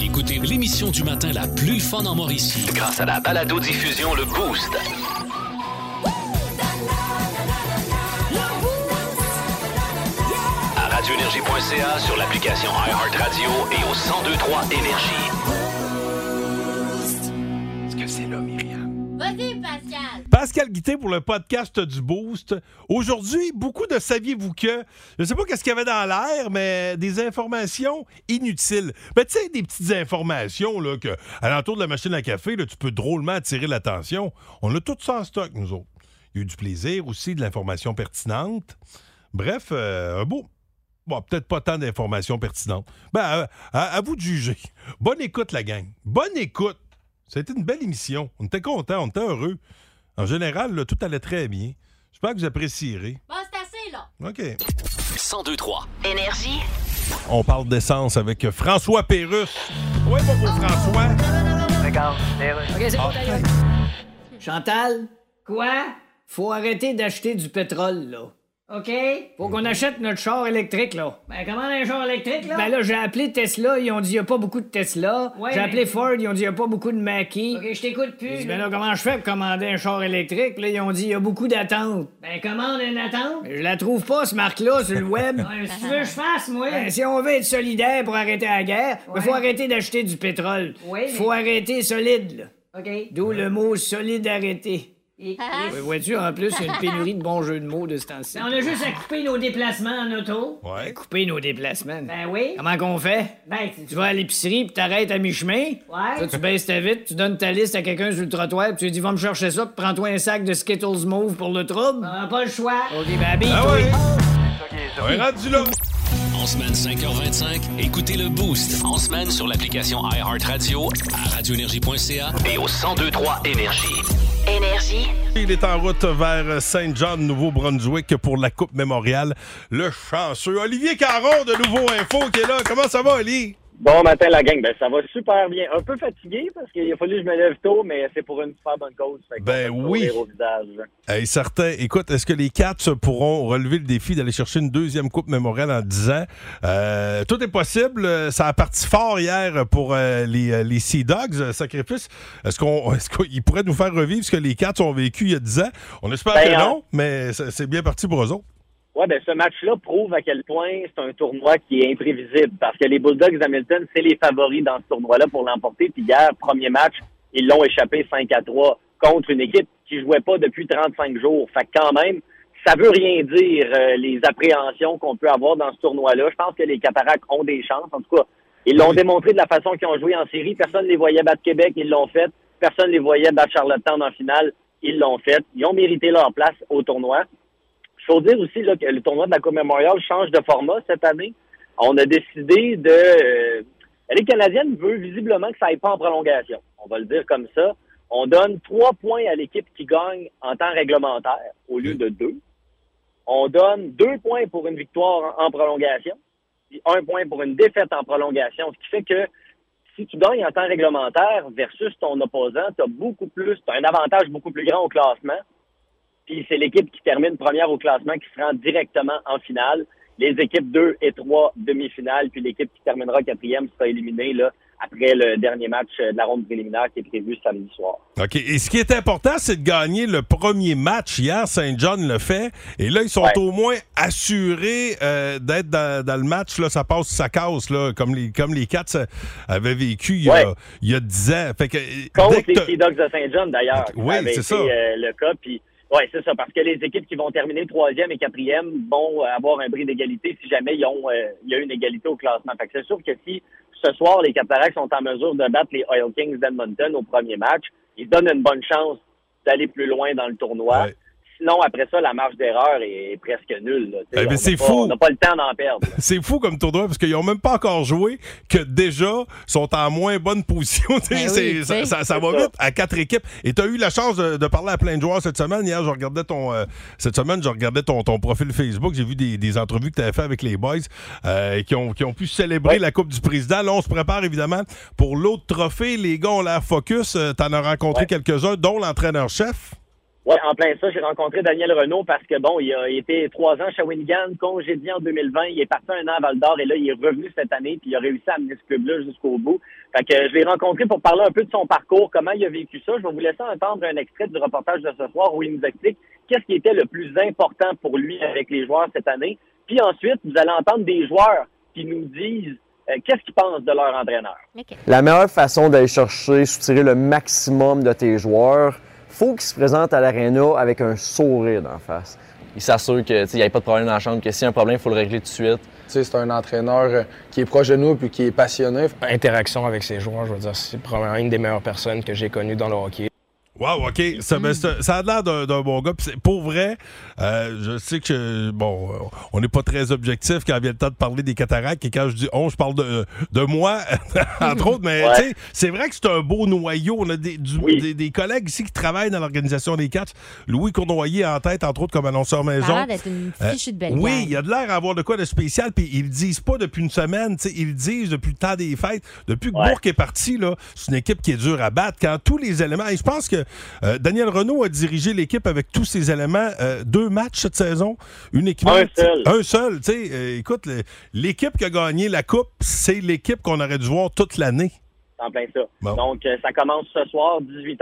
Écoutez l'émission du matin la plus fun en Mauricie. Grâce à la balado-diffusion Le Boost. À radioénergie.ca, sur l'application iHeartRadio et au 1023 Énergie. Est-ce que c'est là, Myriam? Vas-y, Pascal. Pascal Guité pour le podcast du Boost. Aujourd'hui, beaucoup de saviez-vous que. Je sais pas qu'est-ce qu'il y avait dans l'air, mais des informations inutiles. Mais tu sais, des petites informations là, que, à l'entour de la machine à café, là, tu peux drôlement attirer l'attention. On a tout ça en stock, nous autres. Il y a eu du plaisir aussi, de l'information pertinente. Bref, euh, un beau. Bon, peut-être pas tant d'informations pertinentes. Ben, euh, à, à vous de juger. Bonne écoute, la gang. Bonne écoute. C'était une belle émission. On était contents, on était heureux. En général, là, tout allait très bien. J'espère que vous apprécierez. Bon, c'est assez, là. OK. 1023. Énergie. On parle d'essence avec François Pérusse. Ouais, pas pour François. Regarde, Chantal? Quoi? Faut arrêter d'acheter du pétrole, là. OK? Faut qu'on achète notre char électrique, là. Ben, comment un genre électrique, là? Ben là, j'ai appelé Tesla, ils ont dit y a pas beaucoup de Tesla. Ouais, j'ai mais- appelé Ford, ils ont dit y a pas beaucoup de Mackie. OK, je t'écoute J'ai plus. dit, ben là, comment je fais pour commander un char électrique? Là, ils ont dit y a beaucoup d'attentes. Ben, commande une attente. Mais je la trouve pas, ce marque-là, sur le web. Ouais, si tu veux, que je fasse, moi. Ben, si on veut être solidaire pour arrêter la guerre, il Ouais. faut arrêter d'acheter du pétrole. Ouais, mais- Faut arrêter solide, là. OK. D'où le mot solidarité. Et- et- Ouais, Vois-tu, en plus, il y a une pénurie de bons jeux de mots de ce temps-ci. Ah. Ben, on a juste à couper nos déplacements en auto. Ouais. Couper nos déplacements. Ben oui. Comment qu'on fait? Ben, tu Tu vas à l'épicerie puis t'arrêtes à mi-chemin. Ouais. Là, tu baisses ta vitre, tu donnes ta liste à quelqu'un sur le trottoir puis tu lui dis va me chercher ça puis prends-toi un sac de Skittles Mauve pour le trouble. On n'a pas le choix. OK, ben habille Ah ouais. On est rendu là. En semaine 5h25, écoutez le Boost. En semaine sur l'application iHeartRadio, à radioénergie.ca. Et au 1023 Énergie. Énergie. Il est en route vers Saint-Jean, Nouveau-Brunswick, pour la Coupe Mémoriale. Le chanceux Olivier Caron de Nouveau Info qui est là. Comment ça va, Oli? Bon matin, la gang. Ben, ça va super bien. Un peu fatigué parce qu'il a fallu que je me lève tôt, mais c'est pour une super bonne cause. Fait que Ben on fait le oui. sourire au visage. Hey, certain. Écoute, est-ce que les Cats pourront relever le défi d'aller chercher une deuxième Coupe mémoriale en 10 ans? Euh, tout est possible. Euh, Ça a parti fort hier pour euh, les, euh, les Sea Dogs, euh, Sacrifice. Est-ce qu'on, est-ce qu'ils pourraient nous faire revivre ce que les Cats ont vécu il y a 10 ans? On espère Ben, que hein. non, mais c'est c'est bien parti pour eux autres. Ouais, ben, ce match-là prouve à quel point c'est un tournoi qui est imprévisible parce que les Bulldogs d'Hamilton, c'est les favoris dans ce tournoi-là pour l'emporter. Puis hier, premier match, ils l'ont échappé 5 à 3 contre une équipe qui jouait pas depuis 35 jours. Fait que quand même, ça veut rien dire euh, les appréhensions qu'on peut avoir dans ce tournoi-là. Je pense que les Cataractes ont des chances. En tout cas, ils l'ont démontré de la façon qu'ils ont joué en série. Personne ne les voyait battre Québec, ils l'ont fait. Personne ne les voyait battre Charlottetown en finale, ils l'ont fait. Ils ont mérité leur place au tournoi. Il faut dire aussi là, que le tournoi de la Coupe Memorial change de format cette année. On a décidé de... euh, la Ligue canadienne veut visiblement que ça aille pas en prolongation. On va le dire comme ça. On donne trois points à l'équipe qui gagne en temps réglementaire au lieu de deux. On donne deux points pour une victoire en en prolongation, puis un point pour une défaite en prolongation, ce qui fait que si tu gagnes en temps réglementaire versus ton opposant, tu as beaucoup plus, t'as un avantage beaucoup plus grand au classement. Puis c'est l'équipe qui termine première au classement qui se rend directement en finale. Les équipes 2 et 3 demi-finales, puis l'équipe qui terminera quatrième sera éliminée là, après le dernier match euh, de la ronde préliminaire qui est prévu samedi soir. OK. Et ce qui est important, c'est de gagner le premier match. Hier, Saint-John le fait. Et là, ils sont Ouais. au moins assurés euh, d'être dans, dans le match. Là, ça passe, ça casse, là, comme les, comme les Cats euh, avaient vécu il y, a, Ouais. il y a 10 ans. Fait que, euh, Contre dès que les t'as- Sea Dogs de Saint-John, d'ailleurs. Ok, oui, Ça avait c'est été, ça. euh, le cas. Puis, ouais, c'est ça. Parce que les équipes qui vont terminer troisième et quatrième vont avoir un bris d'égalité si jamais ils ont, euh, il y a une égalité au classement. Fait que c'est sûr que si ce soir, les Cataractes sont en mesure de battre les Oil Kings d'Edmonton au premier match, ils se donnent une bonne chance d'aller plus loin dans le tournoi. Ouais. sinon, après ça, la marge d'erreur est presque nulle. là. Tu sais, Eh ben, on c'est n'a pas- fou. On n'a pas le temps d'en perdre. là. C'est fou comme tournoi parce qu'ils n'ont même pas encore joué que déjà sont en moins bonne position. Tu sais, Ben oui, c'est- tu ça, sais. ça- ça va C'est ça. vite à quatre équipes. Et tu as eu la chance de, de parler à plein de joueurs cette semaine. Hier, je regardais ton euh, cette semaine, je regardais ton, ton profil Facebook. J'ai vu des, des entrevues que tu avais fait avec les boys euh, qui, ont, qui ont pu célébrer la Coupe du Président. Là, on se prépare évidemment pour l'autre trophée. Les gars ont l'air focus. tu en as rencontré Ouais. quelques-uns, dont l'entraîneur-chef. Ouais, en plein ça, j'ai rencontré Daniel Renault parce que bon, il a été trois ans chez Wingan, congédié en 2020, il est parti un an à Val d'Or et là, il est revenu cette année puis il a réussi à amener ce club-là jusqu'au bout. Fait que euh, je l'ai rencontré pour parler un peu de son parcours, comment il a vécu ça. Je vais vous laisser entendre un extrait du reportage de ce soir où il nous explique qu'est-ce qui était le plus important pour lui avec les joueurs cette année. Puis ensuite, vous allez entendre des joueurs qui nous disent euh, qu'est-ce qu'ils pensent de leur entraîneur. OK. La meilleure façon d'aller chercher, soutirer le maximum de tes joueurs, faut qu'ils se présentent à l'aréna avec un sourire d'en face. Il s'assure qu'il n'y ait pas de problème dans la chambre, que s'il y a un problème, il faut le régler tout de suite. C'est un entraîneur euh, qui est proche de nous puis qui est passionné. Interaction avec ses joueurs, je veux dire, c'est probablement une des meilleures personnes que j'ai connues dans le hockey. Wow, OK. Ça, ben, ça- ça a l'air d'un, d'un bon gars. Puis c'est- Pour vrai, euh, je sais que, bon, euh, on n'est pas très objectif quand vient le temps de parler des cataractes. Et quand je dis on, je parle de, de moi, entre autres. Mais Ouais. tu sais, c'est vrai que c'est un beau noyau. On a des, du- Oui. des, des collègues ici qui travaillent dans l'organisation des catchs. Louis Cournoyer en tête, entre autres, comme annonceur Ça a maison. l'air d'être une Euh, fichue de belle oui, gang. il y a de l'air à avoir de quoi de spécial, puis ils le disent pas depuis une semaine, tu sais, ils le disent depuis le temps des fêtes. Depuis que Ouais. Bourque est parti, là, c'est une équipe qui est dure à battre. Quand tous les éléments, et je pense que euh, Daniel Renault a dirigé l'équipe avec tous ses éléments, euh, deux matchs cette saison, une équipe. Un seul. Un seul, tu sais, euh, écoute, le- l'équipe qui a gagné la Coupe, c'est l'équipe qu'on aurait dû voir toute l'année. en plein ça. Bon. Donc, euh, ça commence ce soir, 18h,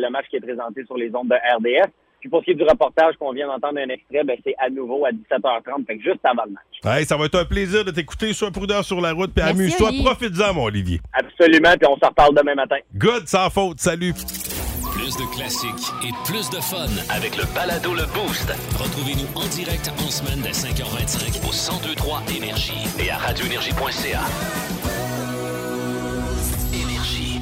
le match qui est présenté sur les ondes de RDS. Puis pour ce qui est du reportage qu'on vient d'entendre un extrait, ben, c'est à nouveau à 17h30, fait que juste avant le match. Hey, ça va être un plaisir de t'écouter. Sois prudent sur la route, puis Merci, amuse-toi. Oli. Profite-en, mon Olivier. Absolument, puis on s'en reparle demain matin. Good, sans faute. Salut. Plus de classiques et plus de fun. Avec le balado Le Boost Retrouvez-nous en direct en semaine dès 5h25 au 1023 Énergie et à radioénergie.ca. Énergie.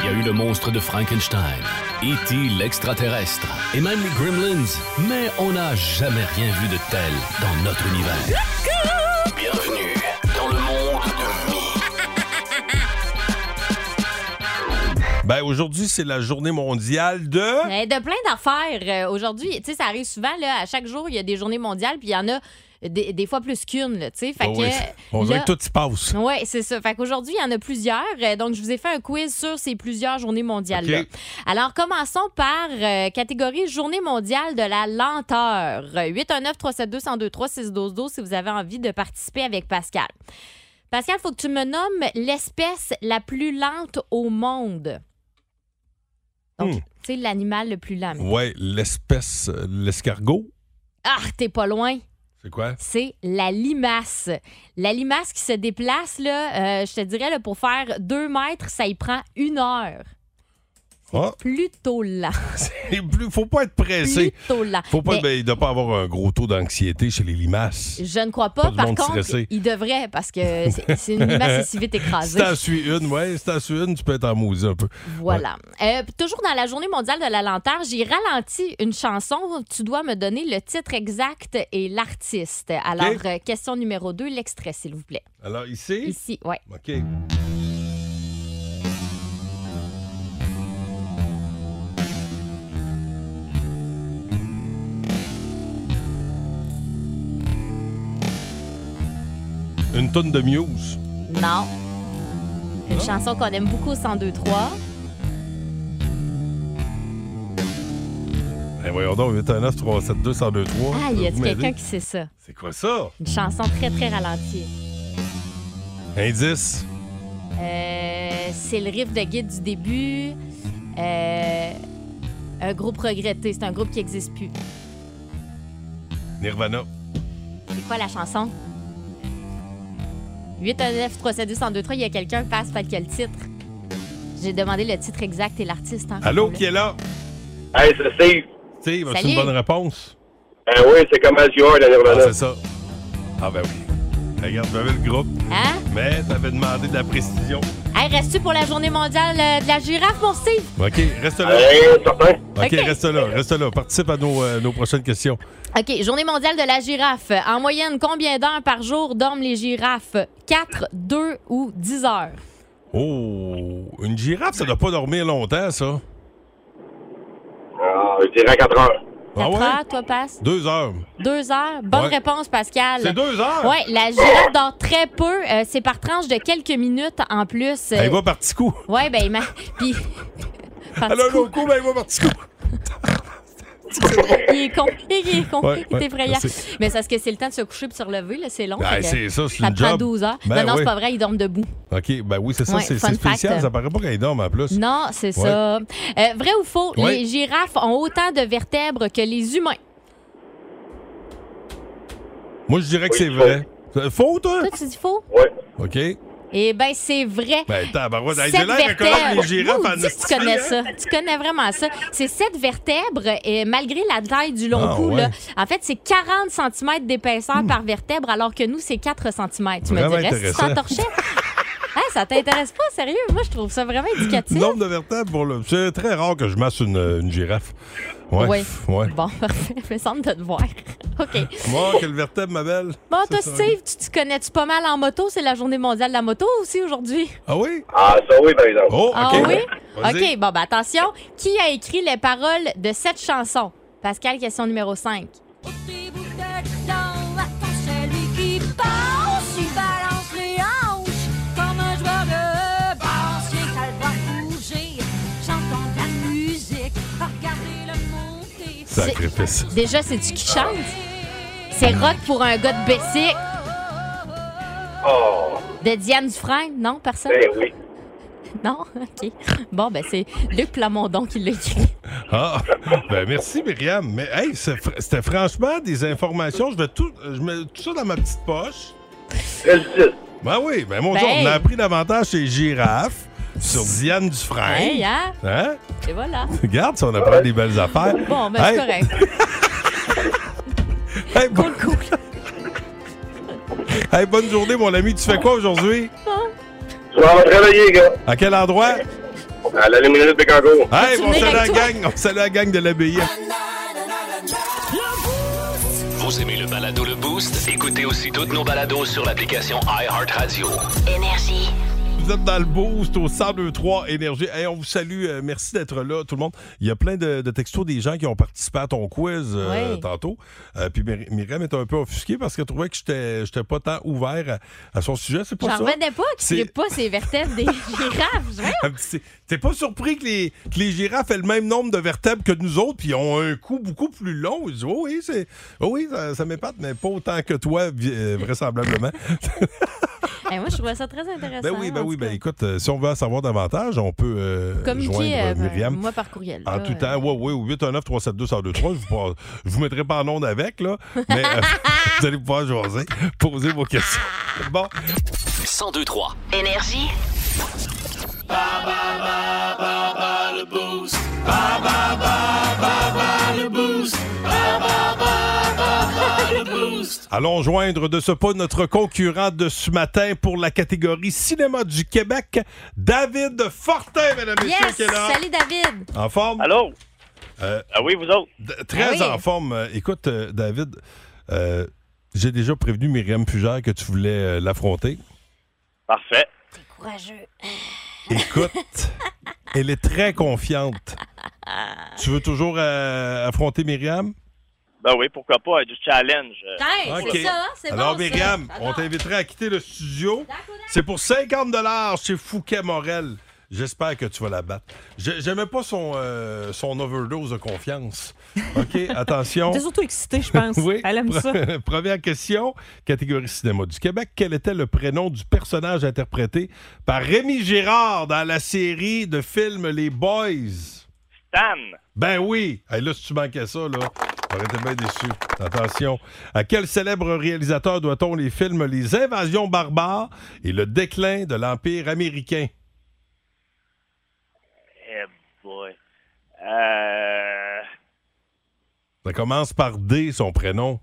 Il y a eu le monstre de Frankenstein, E.T. l'extraterrestre et même les Gremlins, mais on n'a jamais rien vu de tel dans notre univers. Bienvenue dans le monde de Mi. Ben, aujourd'hui, c'est la journée mondiale de. Mais Eh, de plein d'affaires. Euh, Aujourd'hui, tu sais, ça arrive souvent, là, à chaque jour, il y a des journées mondiales, puis il y en a euh, des, des fois plus qu'une, là, tu sais. Fait Ah que. euh, oui. On dirait là- que tout y passe. Oui, c'est ça. Fait qu'aujourd'hui, il y en a plusieurs. Euh, Donc, je vous ai fait un quiz sur ces plusieurs journées mondiales OK. Alors, commençons par euh, catégorie Journée mondiale de la lenteur. Euh, 819 372 1023 612 si vous avez envie de participer avec Pascal. Pascal, faut que tu me nommes l'espèce la plus lente au monde. Donc, Hmm. tu sais, l'animal le plus lent. Ouais, l'espèce, euh, l'escargot, Ah, t'es pas loin. c'est quoi? c'est la limace. La limace qui se déplace, là, euh, je te dirais, là, pour faire deux mètres, ça y prend une heure. Ah, Plutôt lent. et plus- faut pas être pressé. Plutôt lent. Faut pas, Ah, Mais ben, il doit pas avoir un gros taux d'anxiété chez les limaces. Je ne crois Pas pas. de Par monde contre, stressé. il devrait, parce que Euh, c'est- c'est une limace est si vite Si écrasée. t'en suis une, ouais, si t'en suis une, tu peux être en mousie un peu. Voilà. Euh, puis toujours dans la journée mondiale de la lenteur, j'ai ralenti une chanson. Tu dois me donner le titre exact et l'artiste. Alors, OK. euh, question numéro 2, l'extrait, s'il vous plaît. Alors ici, Ici, ouais. OK. Une tonne de muse. Non. Une chanson qu'on aime beaucoup, 102-3. Eh voyons donc, 819 372 1023. Ah, y a quelqu'un qui sait ça? C'est quoi ça? Une chanson très, très ralentie. Indice. Euh, c'est le riff de guide du début. Euh, un groupe regretté. C'est un groupe qui n'existe plus. Nirvana. C'est quoi la chanson? 819 372 1023 il y a quelqu'un, passe, pas quel titre. J'ai demandé le titre exact et l'artiste. hein. Allô, qui est là? Hey, c'est Steve. Steve, as-tu Salut. une bonne réponse? Ben oui, c'est comme As You Are, d'ailleurs. Ah, c'est ça. Ah, ben oui. Regarde, j'avais le groupe, Hein? mais t'avais demandé de la précision. Hey, restes-tu pour la journée mondiale euh, de la girafe, mon Steve? OK, reste là. Euh, OK, OK. reste là, reste là. Participe à nos, euh, nos prochaines questions. OK, journée mondiale de la girafe. En moyenne, combien d'heures par jour dorment les girafes? 4, 2 ou 10 heures? Oh, une girafe, ça doit pas dormir longtemps, Euh, ça. Ah, je dirais 4 heures. 4 Ah ouais? heures, toi, passe? Deux heures. Deux heures. Bonne Ouais. réponse, Pascal. C'est deux heures? Oui, la girafe dort très peu. Euh, c'est par tranche de quelques minutes en plus. euh, Elle va par petits coups. Oui, ben, il m'a- puis. par Elle a un petits coups. long Ah, coup, mais elle va par petits coups. Il est con, il est con, Ouais, il ouais, est effrayant. merci. Mais c'est parce que c'est le temps de se coucher et de se relever, là, c'est long. Ben, fait que c'est ça, c'est ça une te prend job. 12 heures. Ben non, non, oui. c'est pas vrai, ils dorment debout. OK, ben oui, c'est ça, Ouais, c'est fun c'est spécial. fact. Ça paraît pas qu'elle dorme en plus. Non, c'est Ouais. ça. Euh, vrai ou faux, Ouais. les girafes ont autant de vertèbres que les humains. Moi, je dirais que c'est vrai. Euh, Faux, toi? Toi, tu dis faux? OK. Eh bien, c'est vrai. Ben, tabarouette, hey, Sept j'ai l'air de connaître vertèbres. les girafes en hein? Maudit que tu connais ça. Tu connais vraiment ça. C'est sept vertèbres, et malgré la taille du long Ah, cou. ouais. Hmm. là, en fait, c'est 40 cm d'épaisseur par vertèbre, alors que nous, c'est 4 cm. Tu me Vraiment dirais si tu intéressant. t'entorchais. Hein, ça t'intéresse pas, sérieux? Moi, je trouve ça vraiment éducatif. Nombre de vertèbres pour le. C'est très rare que je masse une, euh, une girafe. Ouais. Ouais. ouais. Bon, parfait. Il me semble de te voir. OK. Moi, quelle vertèbre, ma belle? Bon, C'est toi, ça. Steve, tu te connais-tu pas mal en moto? C'est la journée mondiale de la moto aussi aujourd'hui. Ah oui? Ah, ça oui, par exemple. Oh, OK. Ah oui? Vas-y. OK, bon, ben attention. Qui a écrit les paroles de cette chanson? Pascal, question numéro 5. Celui qui pense, il balance les hanches comme un joueur de basse. Rien qu'à le voir bouger, j'entends de la musique. Regardez-le monter. Sacrifice. Déjà, c'est-tu qui chante? C'est Rock pour un gars de Bessic Oh, de Diane Dufresne? Non, personne? ben oui. Non? OK. Bon, ben c'est Luc Plamondon qui l'a écrit. Ah, ben merci Myriam. Mais hey, c'est fr- c'était franchement des informations. Je vais tout, je mets tout ça dans ma petite poche. Ben oui, ben mon Ben, Dieu, on a hey. appris davantage chez Girafe, sur Diane Dufresne. Hey, hein? Hein? Et voilà. Regarde, ça, on apprend des belles affaires. Bon, ben Hey, c'est correct. hey, bon- Hey, bonne journée, mon ami. Tu fais quoi aujourd'hui? Je vais aller travailler, gars. À quel endroit? À la lumineuse de Cango. Hey, on Continuez salue la avec toi. gang. On salue la gang de l'abbaye. Vous aimez le balado Le Boost? Écoutez aussi toutes nos balados sur l'application iHeartRadio. Énergie. Vous êtes dans le boost au 1023 Énergie. Hey, on vous salue. euh, merci d'être là, tout le monde. Il y a plein de, de textos des gens qui ont participé à ton quiz euh, Oui. tantôt. Euh, puis Myri- Myriam était un peu offusquée parce qu'elle trouvait que j'étais j'étais pas tant ouvert à, à son sujet. C'est pas ça. J'en revenais pas C'est- qu'il ne pas ces vertèbres des girafes. Voyons. Un petit- T'es pas surpris que les, que les girafes aient le même nombre de vertèbres que nous autres, puis ont un cou beaucoup plus long. Ils disent, oh oui, c'est, oh oui ça, ça m'épate, mais pas autant que toi, vi- euh, vraisemblablement. Hey, moi, je trouvais ça très intéressant. ben oui, ben en oui, tout ben écoute, euh, si on veut en savoir davantage, on peut euh, cas. Communiquer, joindre euh, Myriam. moi par courriel. En là, tout euh, temps, oui, oui, au 819 372 1023 je, vous passe- je vous mettrai pas en onde avec, là, mais euh, vous allez pouvoir jaser, poser vos questions. Bon. 1023. Énergie. Allons joindre de ce pas notre concurrent de ce matin pour la catégorie cinéma du Québec, David Fortin, mesdames et messieurs, Yes! qui est là. Salut, David! En forme? Allô? ah oui, vous autres? Très Ah oui. en forme. Euh, Écoute, euh, David, euh, j'ai déjà prévenu Myriam Fugère que tu voulais euh, l'affronter. Parfait. Courageux. Écoute, elle est très confiante. Tu veux toujours euh, affronter Myriam? Ben oui, pourquoi pas, euh, du challenge. euh. Hey, OK. c'est ça, hein? c'est bon. Alors, ça. Myriam, on t'inviterait à quitter le studio. C'est pour 50 chez Fouquet Morel. J'espère que tu vas la battre. Je- J'aimais pas son, euh, son overdose de confiance. OK, attention. T'es surtout excitée, je pense. Oui. Elle aime ça. Première question, catégorie cinéma du Québec. Quel était le prénom du personnage interprété par Rémi Gérard dans la série de films Les Boys? Stan. Ben oui! Hey, là, si tu manquais ça, là, t'aurais été bien déçu. Attention. À quel célèbre réalisateur doit-on les films Les Invasions barbares et le déclin de l'Empire américain? Eh boy. Euh... Ça commence par D, son prénom.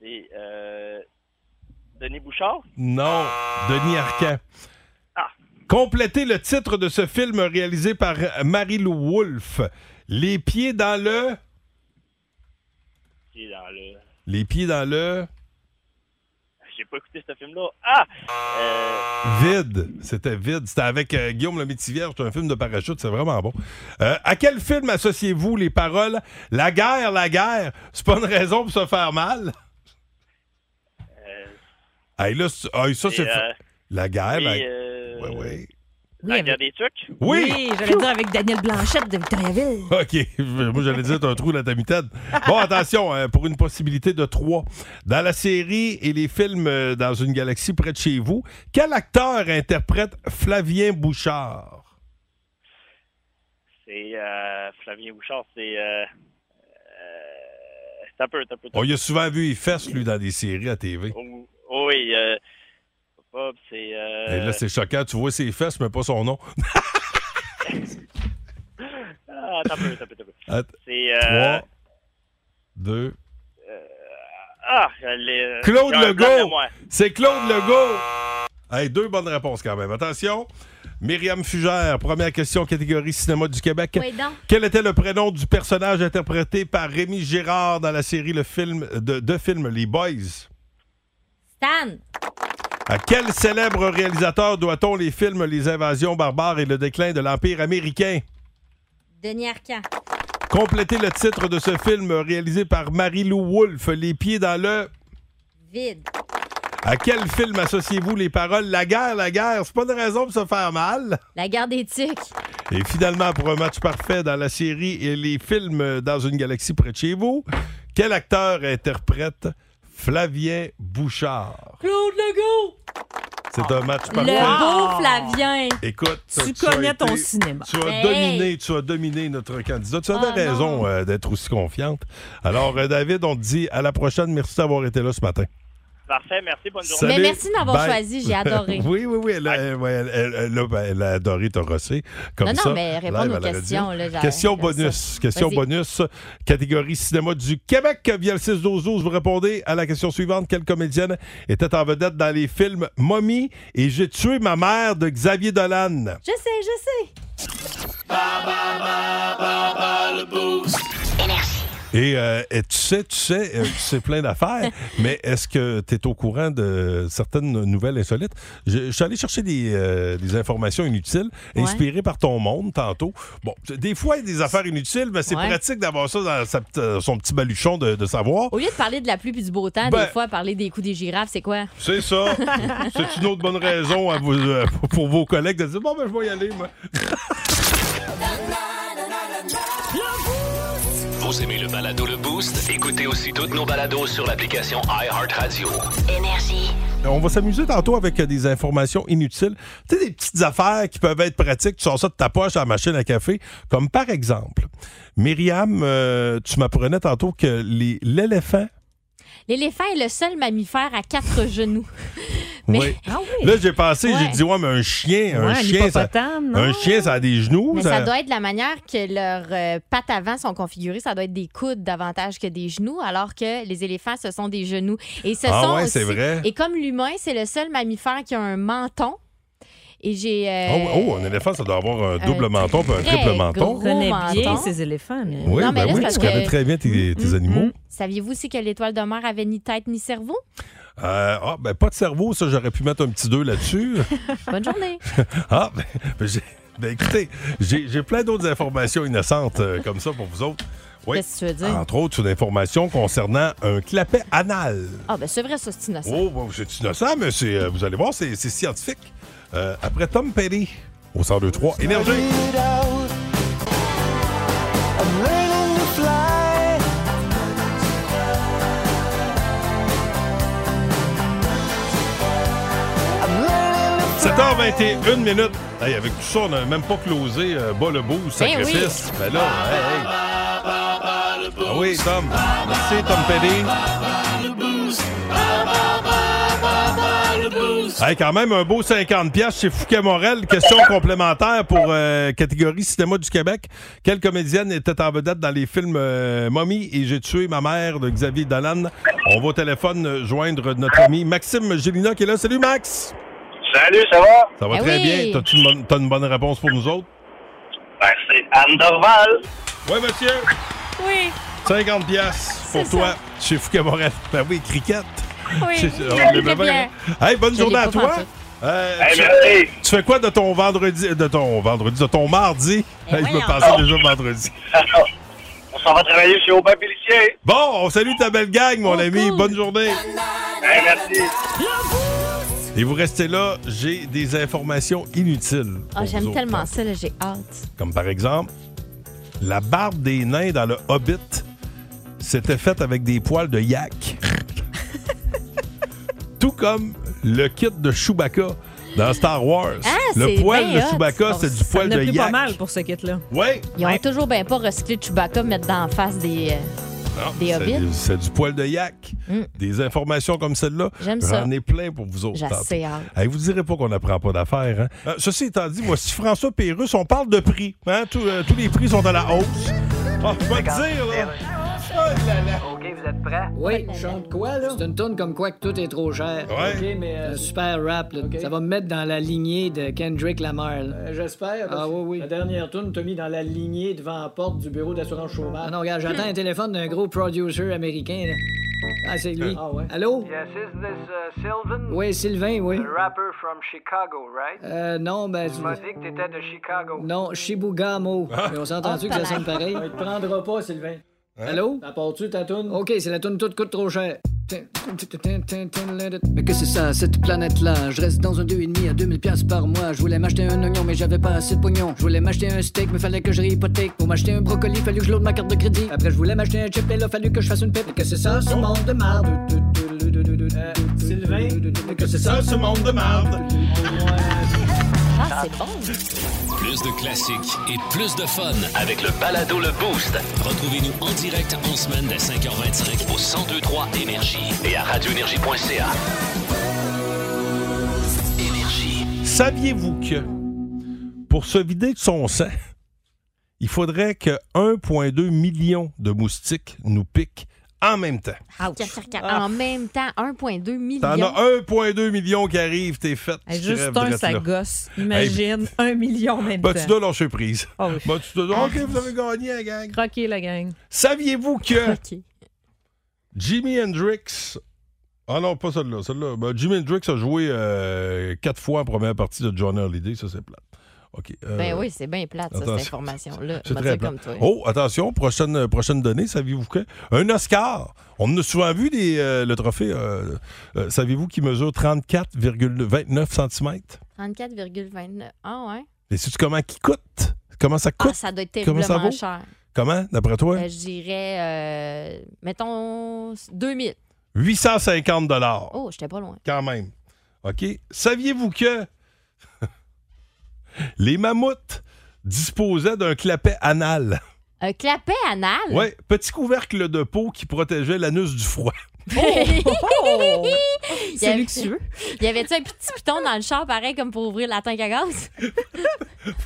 des, euh, Denis Bouchard? Non, Denis Arcand. Ah, Complétez le titre de ce film réalisé par Marie-Lou Wolfe. Les pieds dans le. qui est dans le. Les pieds dans le. J'ai pas écouté ce film-là. Ah! Euh, Vide. C'était vide. C'était avec euh, Guillaume le Métivierge. C'est un film de parachute. C'est vraiment bon. Euh, à quel film associez-vous les paroles La guerre, la guerre, c'est pas une raison pour se faire mal? euh, Hey, là, c'est- hey, ça, Et, c'est. euh, la guerre, la et, euh, Ouais, ouais. La guerre des trucs? Oui! j'allais dire avec Daniel Blanchette de Victoriaville. OK. Moi, j'allais dire, t'as un trou dans ta mitaine. Bon, attention, hein, pour une possibilité de trois. Dans la série et les films euh, Dans une galaxie près de chez vous, quel acteur interprète Flavien Bouchard? C'est euh, Flavien Bouchard, c'est. Euh, euh, t'as peu, t'as peu. t'as On y a peu. souvent vu, Oh, il fesse, lui, dans des séries à TV. Oh, oh oui, euh, Bob, c'est. euh, Et là, c'est choquant. Tu vois ses fesses, mais pas son nom. Ah, t'as peu, t'as peu, t'as peu. Att- C'est. Euh, 3, 2, Ah, les, Claude j'ai un blanc de Legault! mémoire. C'est Claude Legault! Hey, deux bonnes réponses quand même. Attention. Myriam Fugère, première question, catégorie cinéma du Québec. Oui, donc. Quel était le prénom du personnage interprété par Rémi Girard dans la série le film de, de film Les Boys? Stan, À quel célèbre réalisateur doit-on les films Les Invasions barbares et le déclin de l'Empire américain? Denis Arcan, Complétez le titre de ce film réalisé par Marie-Lou Wolfe, Les pieds dans le... vide. À quel film associez-vous les paroles La guerre, la guerre, c'est pas une raison pour se faire mal? La guerre des tucs. Et finalement, pour un match parfait dans la série et les films euh, Dans une galaxie près de chez vous, quel acteur interprète Flavien Bouchard? Claude Legault! C'est un match Le parfait. beau Flavien. Écoute, Tu as connais été- ton cinéma. Tu as Hey! dominé, tu as dominé notre candidat. Tu avais Ah, raison euh, d'être aussi confiante. Alors, euh, David, on te dit à la prochaine. Merci d'avoir été là ce matin. Parfait, merci, bonne journée. Salut. Mais merci de m'avoir Bye. choisi, j'ai adoré. oui, oui, oui. Elle, a- elle- ouais, elle- elle- elle a- ben, elle a adoré te rosser. Comme Non, non, ça, mais réponds live aux à la radio. questions, là, genre, question comme bonus. ça. Question Vas-y. bonus. Catégorie cinéma du Québec via le 6-12-12. Vous répondez à la question suivante. Quelle comédienne était en vedette dans les films Mommy et J'ai tué ma mère de Xavier Dolan? Je sais, je sais. Ah Et, euh, et tu sais, tu sais, euh, tu sais plein d'affaires, mais est-ce que tu es au courant de certaines nouvelles insolites? Je, je suis allé chercher des, euh, des informations inutiles, Ouais. inspirées par ton monde tantôt. Bon, t- des fois, il y a des affaires inutiles, mais c'est Ouais. pratique d'avoir ça dans sa petite- euh, son petit baluchon de, de savoir. Au lieu de parler de la pluie puis du beau temps, Ben- des fois, parler des coups des girafes, c'est quoi? C'est ça. c'est une autre bonne raison à vous, euh, pour vos collègues de dire Bon, ben, je vais y aller, moi. Vous aimez le balado Le Boost? Écoutez aussi toutes nos balados sur l'application iHeartRadio. Énergie. Euh, On va s'amuser tantôt avec euh, des informations inutiles. Tu sais, des petites affaires qui peuvent être pratiques. Tu sors ça de ta poche à la machine à café. Comme par exemple, Myriam, euh, tu m'apprenais tantôt que les- l'éléphant. L'éléphant est le seul mammifère à quatre genoux. Mais- Oui. Ah oui. Là, j'ai pensé, j'ai Ouais. dit, ouais, mais un chien, un Ouais, un chien, ça, hippopotame, non? un chien, ça a des genoux. Mais ça doit être la manière que leurs euh, pattes avant sont configurées. Ça doit être des coudes davantage que des genoux, alors que les éléphants, ce sont des genoux. Et ce Ah sont ouais, aussi- c'est vrai. Et comme l'humain, c'est le seul mammifère qui a un menton. Et j'ai. euh, Oh, oh, un éléphant, ça doit avoir un un double menton puis un très triple menton. gros Je Eh connais bien menton. ces éléphants. Mais... Oui, ben là, oui, c'est tu parce connais que- Mm, très bien tes, tes animaux. Saviez-vous aussi que l'étoile de mer avait ni tête ni cerveau? Euh, ah, ben pas de cerveau, ça, j'aurais pu mettre un petit 2 là-dessus. Bonne journée. Ah, ben, ben, j'ai- ben, écoutez, j'ai j'ai plein d'autres informations innocentes euh, comme ça pour vous autres. Oui. Qu'est-ce que tu veux dire? Entre autres, une information concernant un clapet anal. Ah, ben c'est vrai, ça, c'est innocent. Oh, bon, c'est innocent, mais c'est, euh, vous allez voir, c'est c'est scientifique. Euh, après Tom Petty, au 102-3, énergie. I'm 7h21 minutes. Hey, avec tout ça, on n'a même pas closé euh, bas le bout, sacrifice. oui. Ben là, hey, hey. Ah oui, Tom. Merci, Tom Petty. Hey, quand même, un beau 50 pièces chez Fouquet Morel. Question complémentaire pour euh, catégorie cinéma du Québec. Quelle comédienne était en vedette dans les films euh, Mommy et J'ai tué ma mère de Xavier Dolan? On va au téléphone euh, joindre notre ami Maxime Gélina qui est là. Salut, Max! Salut, ça va? Ça va Ben Eh très oui. bien. T'as-tu une, bonne- t'as une bonne réponse pour nous autres? Ben, c'est Anne Dorval. Oui, monsieur. Oui. 50 pièces pour C'est toi ça. chez Foucault Morel. Ben oui, cricket. Oui, C'est- je on le l'avait fais pas- bien. Hey, bonne Je journée l'ai à pas toi. pensé. Euh, Hey, tu, merci. tu fais quoi de ton vendredi, de ton vendredi, de ton mardi? Eh Hey, je me voyons. pensais déjà vendredi. On s'en va travailler chez Aubin Pélissier. Bon, on salue ta belle gang, mon ami. Bonne journée. Hey, merci. Et vous restez là, j'ai des informations inutiles. Ah, pour vous j'aime autres. hein. tellement ça, là, j'ai hâte. Comme par exemple, la barbe des nains dans le Hobbit, c'était faite avec des poils de yak. Tout comme le kit de Chewbacca dans Star Wars. Ah, le c'est poil de bien hot. Chewbacca, Bon, c'est du poil Ça de n'a plus pas yak. mal pour ce kit-là. Ouais. Ils ont toujours bien pas recyclé Chewbacca, mettre dans la face des. euh, Non, Des Ah, c'est- hobbits? Mm. C'est du poil de yak. Des informations comme celle-là. J'aime ça. J'en ai plein pour vous autres. J'ai tantôt. assez hâte. Hey, vous direz pas qu'on n'apprend pas d'affaires. hein? Euh, ceci étant dit, moi, si François Pérusse, on parle de prix. hein, tous, euh, tous les prix sont à la hausse. Ah, je vais te dire, là. OK, vous êtes prêts? Oui, je chante quoi, là? C'est une tourne comme quoi que tout est trop cher. Ouais. OK, mais... euh, un super rap, là. Ça va me mettre dans la lignée de Kendrick Lamar, Euh, là. J'espère. Ah oui, oui. La dernière tourne t'a mis dans la lignée devant la porte du bureau d'assurance chômage. Ah non, regarde, j'entends un téléphone d'un gros producer américain, là. Ah, c'est lui. Ah ouais. Allô? Yes, is this uh, Sylvan? Oui, Sylvain, oui. rapper from Chicago, right? Euh, non, ben... tu- dit que t'étais de Chicago. Non, Shibugamo. Ah. Mais on s'entend-tu que ça sonne pareil? Il te prendra pas, Sylvain. Allô? T'apportes-tu ta toune? OK, c'est la toune toute coûte trop cher. Mais que c'est ça, cette planète-là? Je reste dans un 2,5 à 2000 piastres par mois. Je voulais m'acheter un oignon, mais j'avais pas assez de pognon. Je voulais m'acheter un steak, mais fallait que je réhypothèque. Pour m'acheter un brocoli, fallu que je load ma carte de crédit. Après, je voulais m'acheter un chip, et là, fallu que je fasse une pipe. Mais que c'est ça, ce monde de marde? Euh, Sylvain? Mais que c'est ça, ce monde de marde? Ah, c'est bon. Plus de classiques et plus de fun. Avec le balado Le Boost. Retrouvez-nous en direct en semaine dès 5h25 au 1023 Énergie et à radioénergie.ca. Saviez-vous que pour se vider de son sang, il faudrait que 1,2 million de moustiques nous piquent en même temps? Ah. En même temps, 1,2 million. T'en as 1,2 million qui arrive, t'es faite. Hey, tu Juste crèves un, drette ça là. gosse. Hey, Imagine, un million en même ben, temps. Ah tu dois lâcher prise. Ben, tu dois- OK, vous avez gagné, la gang. Croquer, la gang. Saviez-vous que Jimi Hendrix. Ah non, pas celle-là. Celle-là. Ben, Jimi Hendrix a joué euh, quatre fois en première partie de John Holiday. Ça, c'est plate. OK. euh, Ben oui, c'est bien plate, ça, cette attention. information-là. C'est Je vais très dire comme plate. toi. Oh, attention, prochaine, euh, prochaine donnée, saviez-vous que? Un Oscar. On en a souvent vu des, euh, le trophée. euh, euh, saviez-vous qu'il mesure 34,29 cm? 34,29. Ah, ouais. Et sais-tu comment qui coûte? Comment ça coûte? Ah, ça doit être Comment ça terriblement vaut? cher. Comment, d'après toi? Euh, je dirais, euh, mettons, 2000. 850 dollars. Oh, j'étais pas loin. Quand même. OK? Saviez-vous que les mammouths disposaient d'un clapet anal? Un Euh, clapet anal? Oui, petit couvercle de peau qui protégeait l'anus du froid. Oh, Il y C'est avait- luxueux. Il y avait-tu un petit piton dans le char, pareil, comme pour ouvrir la tank à gaz?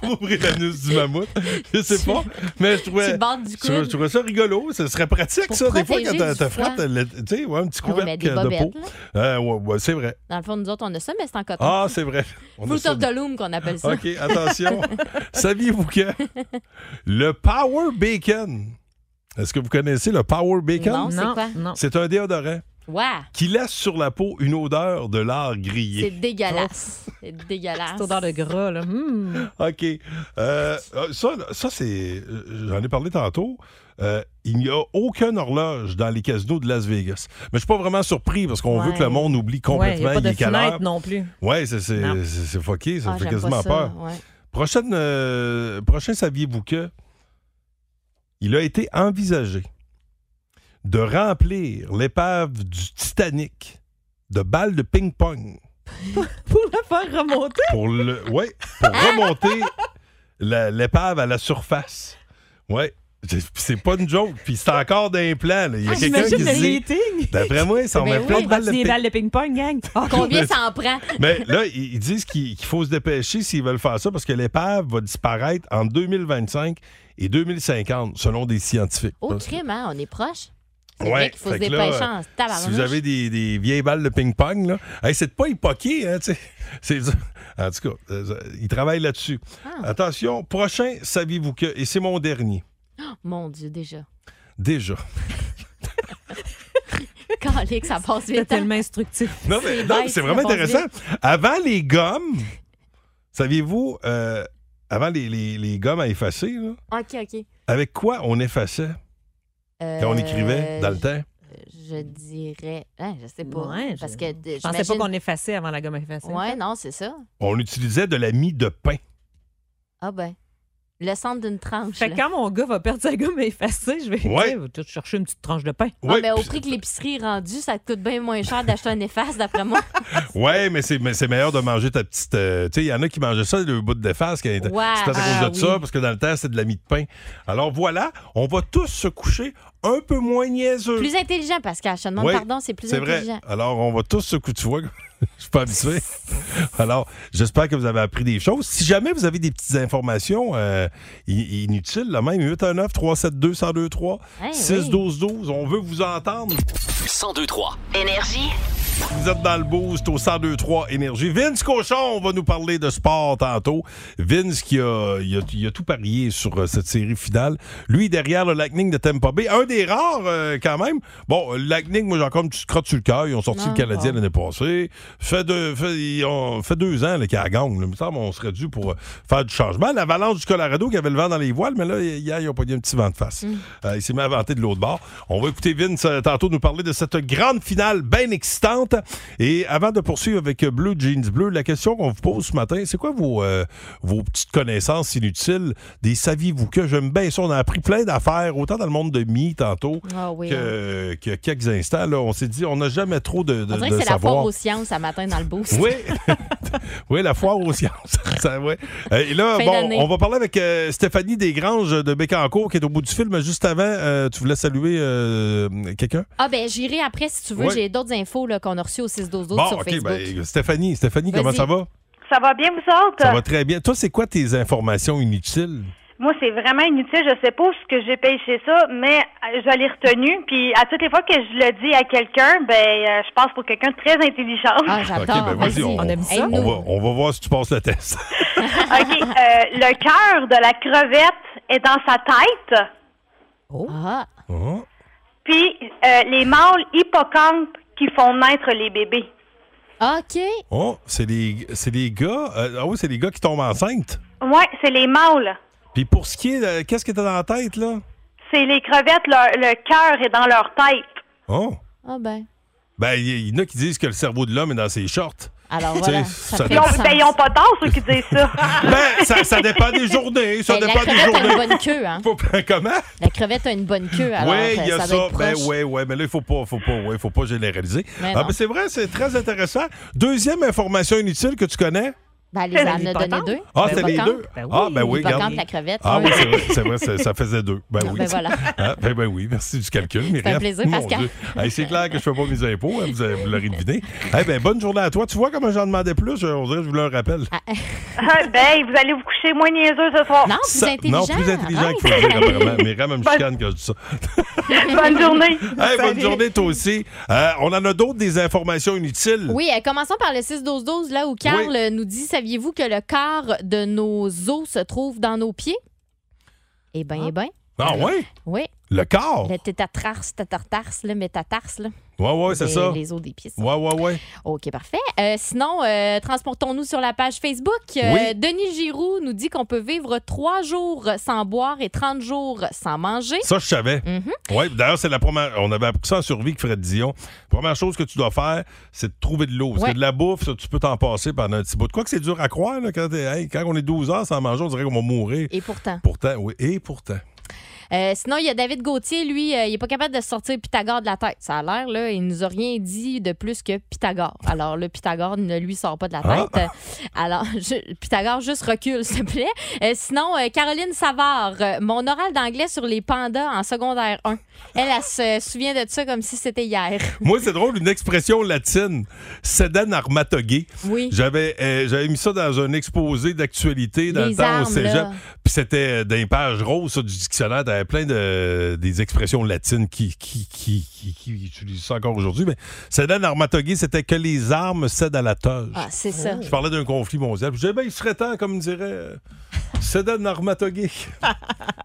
pour ouvrir l'anus du mammouth. Je sais pas. Mais je trouvais, Tu bordes du je trouvais- coude. je trouvais ça rigolo. Ce serait pratique, Pour ça. Des fois, quand protéger t'as- du t'as froid. frotte, le- tu sais, ouais, un petit Ah oui, couvercle mais des de peau. bobettes, Euh, ouais, ouais, c'est vrai. Dans le fond, nous autres, on a ça, mais c'est en coton. Ah, c'est vrai. On a Fruit ça. of the loom qu'on appelle ça. OK, attention. Saviez-vous que le Power Bacon, est-ce que vous connaissez le Power Bacon? Non, c'est Non, quoi? non. C'est un déodorant Ouais, qui laisse sur la peau une odeur de lard c'est grillé. dégueulasse. C'est dégueulasse. Cette odeur de gras, là. Hmm. OK. Euh, euh, ça, là, ça c'est. euh, J'en ai parlé tantôt. Euh, il n'y a aucune horloge dans les casinos de Las Vegas. Mais je suis pas vraiment surpris parce qu'on Ouais. veut que le monde oublie Ouais, y complètement a pas de il est quelle heure. fenêtre non plus. Ouais, c'est c'est- Non. c'est- c'est fucké, Ah, ça fait j'aime pas quasiment ça, peur. ouais. Prochaine, euh, prochain, saviez-vous que il a été envisagé de remplir l'épave du Titanic de balles de ping-pong Pour la faire remonter. pour le ouais, pour remonter la- l'épave à la surface. Ouais. C'est- C'est pas une joke, puis c'est encore d'un plan. Il y a Ah, quelqu'un qui j'imagine le dit. rating. D'après moi, ça en met Ben plein oui, de balles de des ping- balles de ping-pong, gang. Ah, Combien ça en prend? Ben, Mais là, ils ils disent qu'il qu'il faut se dépêcher s'ils veulent faire ça parce que l'épave va disparaître en 2025 et 2050, selon des scientifiques. Au Parce- crime, hein? On est proche. Oh, C'est vrai qu'il faut se fait que là, dépêcher en tabarnouche. Si vous avez des, des vieilles balles de ping-pong, là, hey, c'est de pas hypoquer, hein, tu sais. C'est dur. En tout cas, euh, ça- ils travaillent là-dessus. Ah. Attention, prochain, saviez-vous que, et c'est mon dernier, Oh, mon Dieu, déjà. déjà. Calique, ça passe vite. hein. C'est tellement instructif. Non, mais non, mais c'est vraiment intéressant. Avant les gommes, saviez-vous, euh, avant les, les- les gommes à effacer, là, OK, OK. avec quoi on effaçait quand on Euh, écrivait dans le temps? Je dirais. hein, je sais pas. Ouais, parce que Je pensais pas qu'on effaçait avant la gomme effacée. Ouais, non, c'est ça. On utilisait de la mie de pain. Ah, ben. Le centre d'une tranche. Fait que là. quand mon gars va perdre sa gomme effacée, je vais Ouais. dire, va tout chercher une petite tranche de pain. Ah, mais au prix que l'épicerie est rendue, ça te coûte bien moins cher d'acheter un efface, d'après moi. Ouais, mais c'est mais c'est meilleur de manger ta petite. euh, tu sais, il y en a qui mangeaient ça, le bout de face. qui était- Ouais. C'était à cause Ah, de oui. ça, parce que dans le temps, c'est de la mie de pain. Alors voilà, on va tous se coucher un peu moins niaiseux. Plus intelligent, Pascal. Je te demande Ouais, pardon, c'est plus c'est vrai. Euh, intelligent. Alors, on va tous se coucher. Tu vois, je suis pas habitué. Alors, j'espère que vous avez appris des choses. Si jamais vous avez des petites informations euh, i- inutiles, là même, 819-372-1023, Eh Hey, oui. 612-12, on veut vous entendre. 1023. Énergie. Vous êtes dans le boost au 1023 Énergie. Vince Cochon, on va nous parler de sport tantôt. Vince qui a, il a- il a tout parié sur euh, cette série finale. Lui, derrière le Lightning de Tampa Bay, un des rares euh, quand même. Bon, le Lightning, moi j'ai encore une petite crotte sur le cœur. Ils ont sorti Ah, le Canadien bon. l'année passée. Fait deux, fait, ils ont- fait deux ans là, qu'il y a la gang. là. Il me semble on serait dû pour euh, faire du changement. L'avalanche du Colorado qui avait le vent dans les voiles, mais là, hier, ils ont pas eu un petit vent de face. Mm. Euh, il s'est mis à vanter de l'autre bord. On va écouter Vince euh, tantôt nous parler de cette grande finale bien excitante. Et avant de poursuivre avec euh, Blue Jeans Bleu, la question qu'on vous pose ce matin, c'est quoi vos, euh, vos petites connaissances inutiles, des saviez-vous que? J'aime bien ça. On a appris plein d'affaires, autant dans le monde de mi tantôt Ah oui, que, que quelques instants. Là, on s'est dit, on n'a jamais trop de, de, On dirait de que c'est la savoir. foire aux sciences ce matin dans le boost. Oui. oui, la foire aux sciences. Ça, ouais. Euh, Et là, Fin bon, d'année. on va parler avec euh, Stéphanie Desgranges de Bécancourt qui est au bout du film. Mais Juste avant, euh, tu voulais saluer euh, quelqu'un? Ah, ben, j'irai après si tu veux. Oui. J'ai d'autres infos là, qu'on a reçues au 6 12 Bon, sur OK. Facebook. ben, Stéphanie, Stéphanie, comment Vas-y. ça va? Ça va bien, vous autres? Ça va très bien. Toi, c'est quoi tes informations inutiles? Moi, c'est vraiment inutile. Je sais pas où ce que j'ai pêché ça, mais euh, je l'ai retenu. Puis à toutes les fois que je le dis à quelqu'un, ben, euh, je passe pour quelqu'un de très intelligent. Ah, OK, ben vas-y, on, on va, on va voir si tu passes le test. OK. euh, le cœur de la crevette est dans sa tête. Ah. Oh. Puis euh, les mâles hippocampes qui font naître les bébés. OK. Oh, c'est des, c'est des gars. euh, ah oui, c'est des gars qui tombent enceintes. Oui, c'est les mâles. Puis pour ce qui est, euh, qu'est-ce que t'as dans la tête, là? C'est les crevettes, leur- le cœur est dans leur tête. Oh. Ah, ben. Ben, il y, il y en a qui disent que le cerveau de l'homme est dans ses shorts. Alors Tu sais, voilà. Ben, ça, Ils ont, dépend- ben, ils ont pas tort, ceux qui disent ça. Ben, ça, ça dépend des journées. Ça Ben, la dépend des crevette a journées. Ben, une bonne queue, hein? Comment? La crevette a une bonne queue, alors Oui, euh, il y a ça, ça. doit être Ben proche. oui, oui, mais là, il faut pas, faut pas, ouais, faut pas généraliser. Mais Ah, non. ben, c'est vrai, c'est très intéressant. Deuxième information inutile que tu connais? Ben, les C'est ânes les a donné hippocampes. deux. Ah, c'est les Hippocampes. deux? Ah, ben oui, Hippocampes, regarde. la crevette. Ah oui, oui. c'est vrai, c'est vrai, ça, ça faisait deux. Ben Non, oui. ben voilà. Ah, ben, ben oui, merci du calcul, Myriam. un plaisir, Mon Pascal. Dieu. Hey, c'est clair que je fais pas mes impôts, hein, vous, avez- vous l'aurez deviné. Eh ben, bonne journée à toi. Tu vois comment j'en demandais plus, euh, on dirait que je voulais un rappel. Ah, ben, vous allez vous coucher moins niaiseux ce soir. Non, Ça- Non, plus hein? intelligent qu'il faut le dire, apparemment. Myriam, elle me Bonne- chicane quand je dis ça. hein? Bonne journée. Hey, bonne journée, toi aussi. Euh, on en a d'autres des informations inutiles. Oui, euh, commençons par le 6-12-12, là où Carl euh, nous dit Saviez-vous que le quart de nos os se trouve dans nos pieds Eh bien, eh bien. Ah ouais? Oh. Oui. Le corps? Le tétatarse, tatartarse, le métatarse, là. Ouais, ouais, c'est Les- ça. les os des pieds, ça. Ouais, ouais, ouais. OK, parfait. Euh, sinon, euh, transportons-nous sur la page Facebook. Euh, Oui. Denis Giroux nous dit qu'on peut vivre trois jours sans boire et 30 jours sans manger. Ça, je savais. Mhm. Ouais, d'ailleurs, c'est la première. On avait appris ça en survie que Fred Dion. Première chose que tu dois faire, c'est de trouver de l'eau. Parce Ouais. que de la bouffe, ça, tu peux t'en passer pendant un petit bout. Quoi que c'est dur à croire, là, quand, t'es- hey, quand on est 12 heures sans manger, on dirait qu'on va mourir. Et pourtant. Pourtant, oui, et pourtant. Euh, sinon, il y a David Gauthier, lui, euh, il n'est pas capable de sortir Pythagore de la tête. Ça a l'air, là, il nous a rien dit de plus que Pythagore. Alors, le Pythagore ne lui sort pas de la Ah. tête. Euh, Alors, je- Pythagore, juste recule, s'il te plaît. Euh, sinon, euh, Caroline Savard, euh, mon oral d'anglais sur les pandas en secondaire 1. Elle, elle se souvient de ça comme si c'était hier. Moi, c'est drôle, une expression latine, sedan armatogé. Oui. J'avais, euh, j'avais mis ça dans un exposé d'actualité dans Les le temps armes, au cégep. là. Puis c'était euh, dans les pages roses ça, du dictionnaire. T'as- euh, plein de des expressions latines qui, qui, qui, qui, qui utilisent ça encore aujourd'hui. Mais Sedan Armatogué, c'était que les armes cèdent à la toge. Ah, c'est ça. Je parlais d'un conflit mondial. Puis Je disais, ben, il serait temps, comme dirait euh, Sedan Armatogué,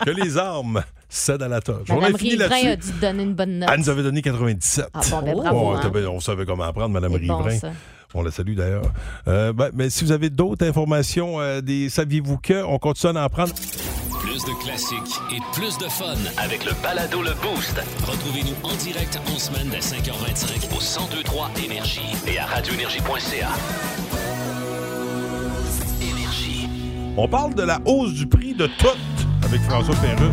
que les armes cèdent à la toge. On Madame a fini Riverain a là-dessus. dû te donner une bonne note. Elle nous avait donné 97. Ah, bon, ben, bravo, Oh, hein. t'as bien- On savait comment apprendre, Mme C'est bon, Riverain. ça. on la salue d'ailleurs. Euh, ben, mais si vous avez d'autres informations, euh, des saviez-vous que, on continue à en prendre. Plus de classiques et plus de fun avec le balado Le Boost. Retrouvez-nous en direct en semaine dès 5h25 au 1023 Énergie et à radioénergie.ca. On parle de la hausse du prix de tout avec François Pérus.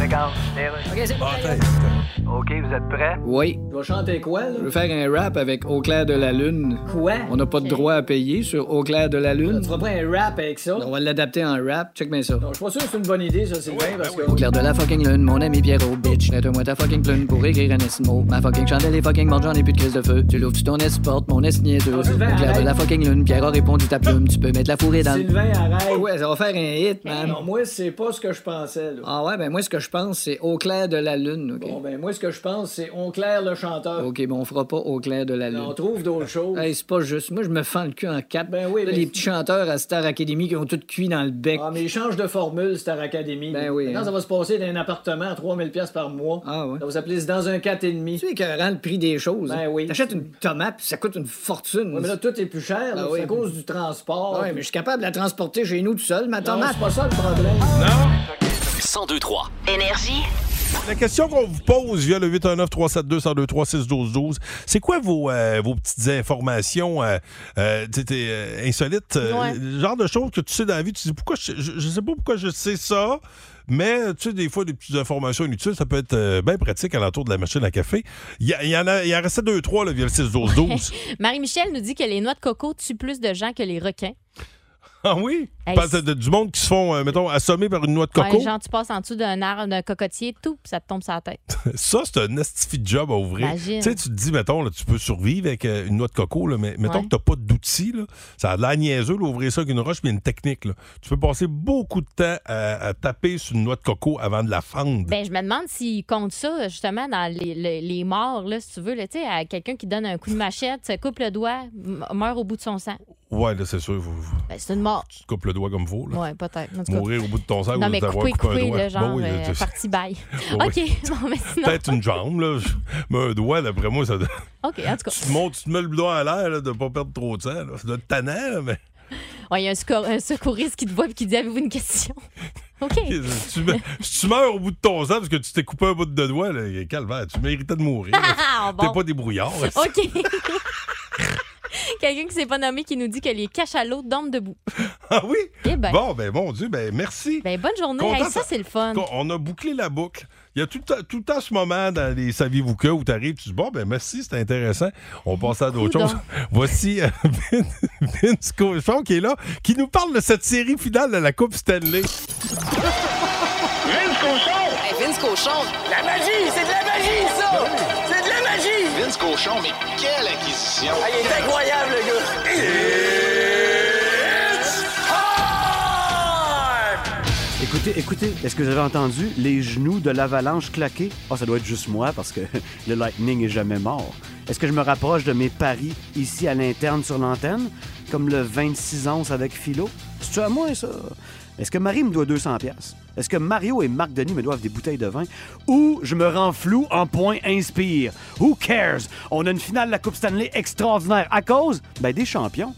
Regarde, Ah, OK, vous êtes prêts? Oui. Tu vas chanter quoi, là? Je veux faire un rap avec Au clair de la lune. Quoi? On n'a pas de droit à payer sur Au clair de la lune. Tu vas pas un rap avec ça? On va l'adapter en rap. Check bien ça. Non, je suis pas sûr que c'est une bonne idée, ça, Sylvain, parce que... Au clair de la fucking lune, mon ami Pierrot, bitch. Prête-moi ta fucking plume pour écrire un esmo. Ma fucking chandelle est fucking morte, j'en ai plus de crise de feu. Tu l'ouvres, tu ton porte, mon es niaiseux. Au Oh, Sylvain, clair de arrête. la fucking lune, Pierrot répond ta plume. Tu peux mettre la fourrée dans le- Sylvain, arrête. Ouais, ça va faire un hit, man. Non, moi, c'est pas ce que je pensais, là. Ah ouais, ben moi, ce que je pense, c'est Au clair de la lune, OK? Bon, ben, moi, ce que je pense, c'est On Claire le chanteur. OK, bon, on fera pas Au clair de la lune. On trouve d'autres choses. Hey, c'est pas juste. Moi, je me fends le cul en quatre. Ben oui, mais- Les petits chanteurs à Star Academy qui ont tout cuit dans le bec. Ah, mais ils changent de formule, Star Academy. Ben oui, Maintenant, hein. ça va se passer d'un appartement à 3000 pièces par mois. Ah ouais. Ça va s'appeler C'est dans un 4,5. C'est écœurant le prix des choses. Ben oui. T'achètes une tomate, puis ça coûte une fortune. Ouais, mais là, tout est plus cher. Ben là. oui. C'est à cause du transport. Ouais, mais je suis capable de la transporter chez nous tout seul, ma Non, tomate. c'est pas ça le problème. 1023. Énergie. La question qu'on vous pose via le 819 372 1023 612 12 c'est quoi vos, euh, vos petites informations euh, euh, t'sais, t'es, euh, insolites? euh, Ouais. Le genre de choses que tu sais dans la vie, tu dis pourquoi je, je, je sais pas pourquoi je sais ça, mais tu sais, des fois, des petites informations inutiles, ça peut être euh, bien pratique à l'entour de la machine à café. Il y, a- il y en a, il y en restait deux, trois là, via le 6-12-12. Marie-Michel nous dit que les noix de coco tuent plus de gens que les requins. ah oui? Hey, Parce que de- du monde qui se font, euh, mettons, assommer par une noix de coco. Ouais, genre, tu passes en dessous d'un arbre, d'un cocotier, tout, puis ça te tombe sur la tête. Ça, c'est un astifi de job à ouvrir. Imagine. Tu sais, tu te dis, mettons, là, tu peux survivre avec euh, une noix de coco, là, mais mettons Ouais. que tu n'as pas d'outils. là. Ça a de l'air niaiseux, là, ouvrir ça avec une roche, puis il y a une technique. là. Tu peux passer beaucoup de temps à, à taper sur une noix de coco avant de la fendre. Ben, je me demande s'ils comptent ça, justement, dans les, les- les morts, là, si tu veux. là. Tu sais, à quelqu'un qui donne un coup de machette, se coupe le doigt, m- meurt au bout de son sang. Ouais, là, c'est sûr, vous, vous- Ben, c'est une mort. tu te coupes le doigt comme vous. Oh Là. Ouais, peut-être. En tout cas. Mourir au bout de ton sang non, ou mais t'avoir couper, coupé un couper, doigt. le genre, Bon, oui, là, euh, tu- parti bail. Bon, OK, oui. bon, mais sinon... Peut-être une jambe, là. Mais un doigt, d'après moi, ça doit- OK, en tout Tu cas, te, montes, tu te mets le doigt à l'air là, de ne pas perdre trop de temps. là. Ça doit être tannant, là, mais. Ouais, il y a un, secour- un secouriste qui te voit et qui dit « Avez-vous une question? » OK. Si tu, me- si tu meurs au bout de ton sang parce que tu t'es coupé un bout de doigt, là, eh, calvaire, tu méritais de mourir. Ah, T'es bon. pas débrouillard. OK. Quelqu'un qui s'est pas nommé qui nous dit que les cachalots dorment debout. Ah oui? Eh ben. Bon, ben mon Dieu, ben merci. Ben, bonne journée. Content Hey, ça, de- c'est le fun. Qu'on- On a bouclé la boucle. Il y a tout le temps, tout le temps ce moment dans les Saviez-vous que où t'arrives, tu dis bon, ben merci, c'était intéressant. On passe à d'autres Coudon. choses. Voici euh, Vin- Vince Cochon qui est là, qui nous parle de cette série finale de la Coupe Stanley. Vince Cochon! Vince Cochon! La magie! C'est de la magie, ça! C'est de la magie! Vince Cochon, mais quelle acquisition! il est incroyable, le gars! It's Écoutez, écoutez, est-ce que vous avez entendu les genoux de l'avalanche claquer? Ah, ça doit être juste moi parce que le Lightning est jamais mort. Est-ce que je me rapproche de mes paris ici à l'interne sur l'antenne, comme le 26 onces avec Philo? C'est-tu à moi, ça? Est-ce que Marie me doit 200 pièces? Est-ce que Mario et Marc Denis me doivent des bouteilles de vin? Ou je me rends flou en point inspire? Who cares? On a une finale de la Coupe Stanley extraordinaire à cause ben, des champions.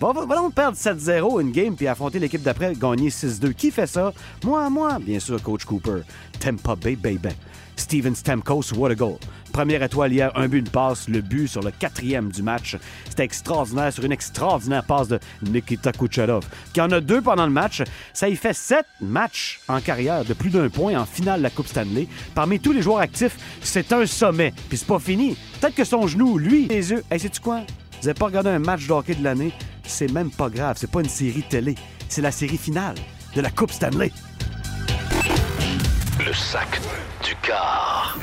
Va, va, va donc perdre 7-0 une game puis affronter l'équipe d'après, gagner 6-2. Qui fait ça? Moi, moi. Bien sûr, Coach Cooper. Tampa Bay, baby. Steven Stamkos, what a goal. Première étoile hier, un but, une passe, le but sur le quatrième du match. C'était extraordinaire sur une extraordinaire passe de Nikita Kucherov, qui en a deux pendant le match. Ça y fait sept matchs en carrière de plus d'un point en finale de la Coupe Stanley. Parmi tous les joueurs actifs, c'est un sommet. Puis c'est pas fini. Peut-être que son genou, lui, les yeux. Hey, sais-tu quoi? Vous n'avez pas regardé un match de hockey de l'année? C'est même pas grave, c'est pas une série télé. C'est la série finale de la Coupe Stanley. Le sac du car.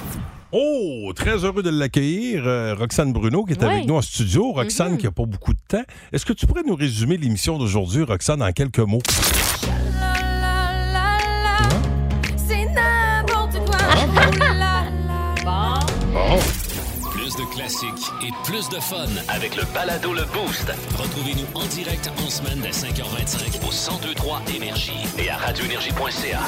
Oh, très heureux de l'accueillir, euh, Roxane Bruno, qui est Ouais. avec nous en studio. Roxane, qui n'a pas beaucoup de temps. Est-ce que tu pourrais nous résumer l'émission d'aujourd'hui, Roxane, en quelques mots? C'est na Bon. Oh. Plus de classiques et plus de fun avec le balado Le Boost. Retrouvez-nous en direct en semaine dès 5h25 au 1023 Énergie et à radioénergie.ca.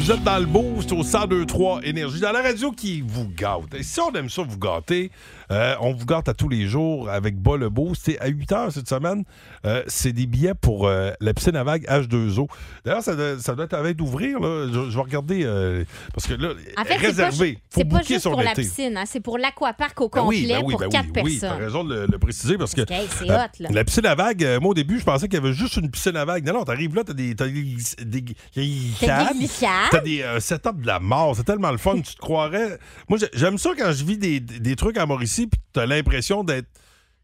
Vous êtes dans le boost au 1023 Énergie, dans la radio qui vous gâte. Et si on aime ça vous gâter, euh, on vous gâte à tous les jours avec Bas le Boost. Et à 8 h cette semaine, euh, c'est des billets pour euh, la piscine à vagues H2O. D'ailleurs, ça, doit- ça doit être à veille d'ouvrir. là. Je, je vais regarder euh, parce que là, En fait, c'est pas, ju- réservé. c'est Faut pas booker juste son pour la été. piscine, hein, c'est pour l'aquapark au Ben complet ben pour ben quatre oui, t'as personnes. raison de le, le préciser parce que Parce que, hey, c'est euh, hot, là. la piscine à vagues, euh, moi au début, je pensais qu'il y avait juste une piscine à vagues. Non, non, t'arrives là, t'as des, t'as des, glis- des, glis- T'as des glissades. T'as des euh, setups de la mort. C'est tellement le fun. tu te croirais. Moi, j'ai- j'aime ça quand je vis des, des trucs à Mauricie, puis t'as l'impression d'être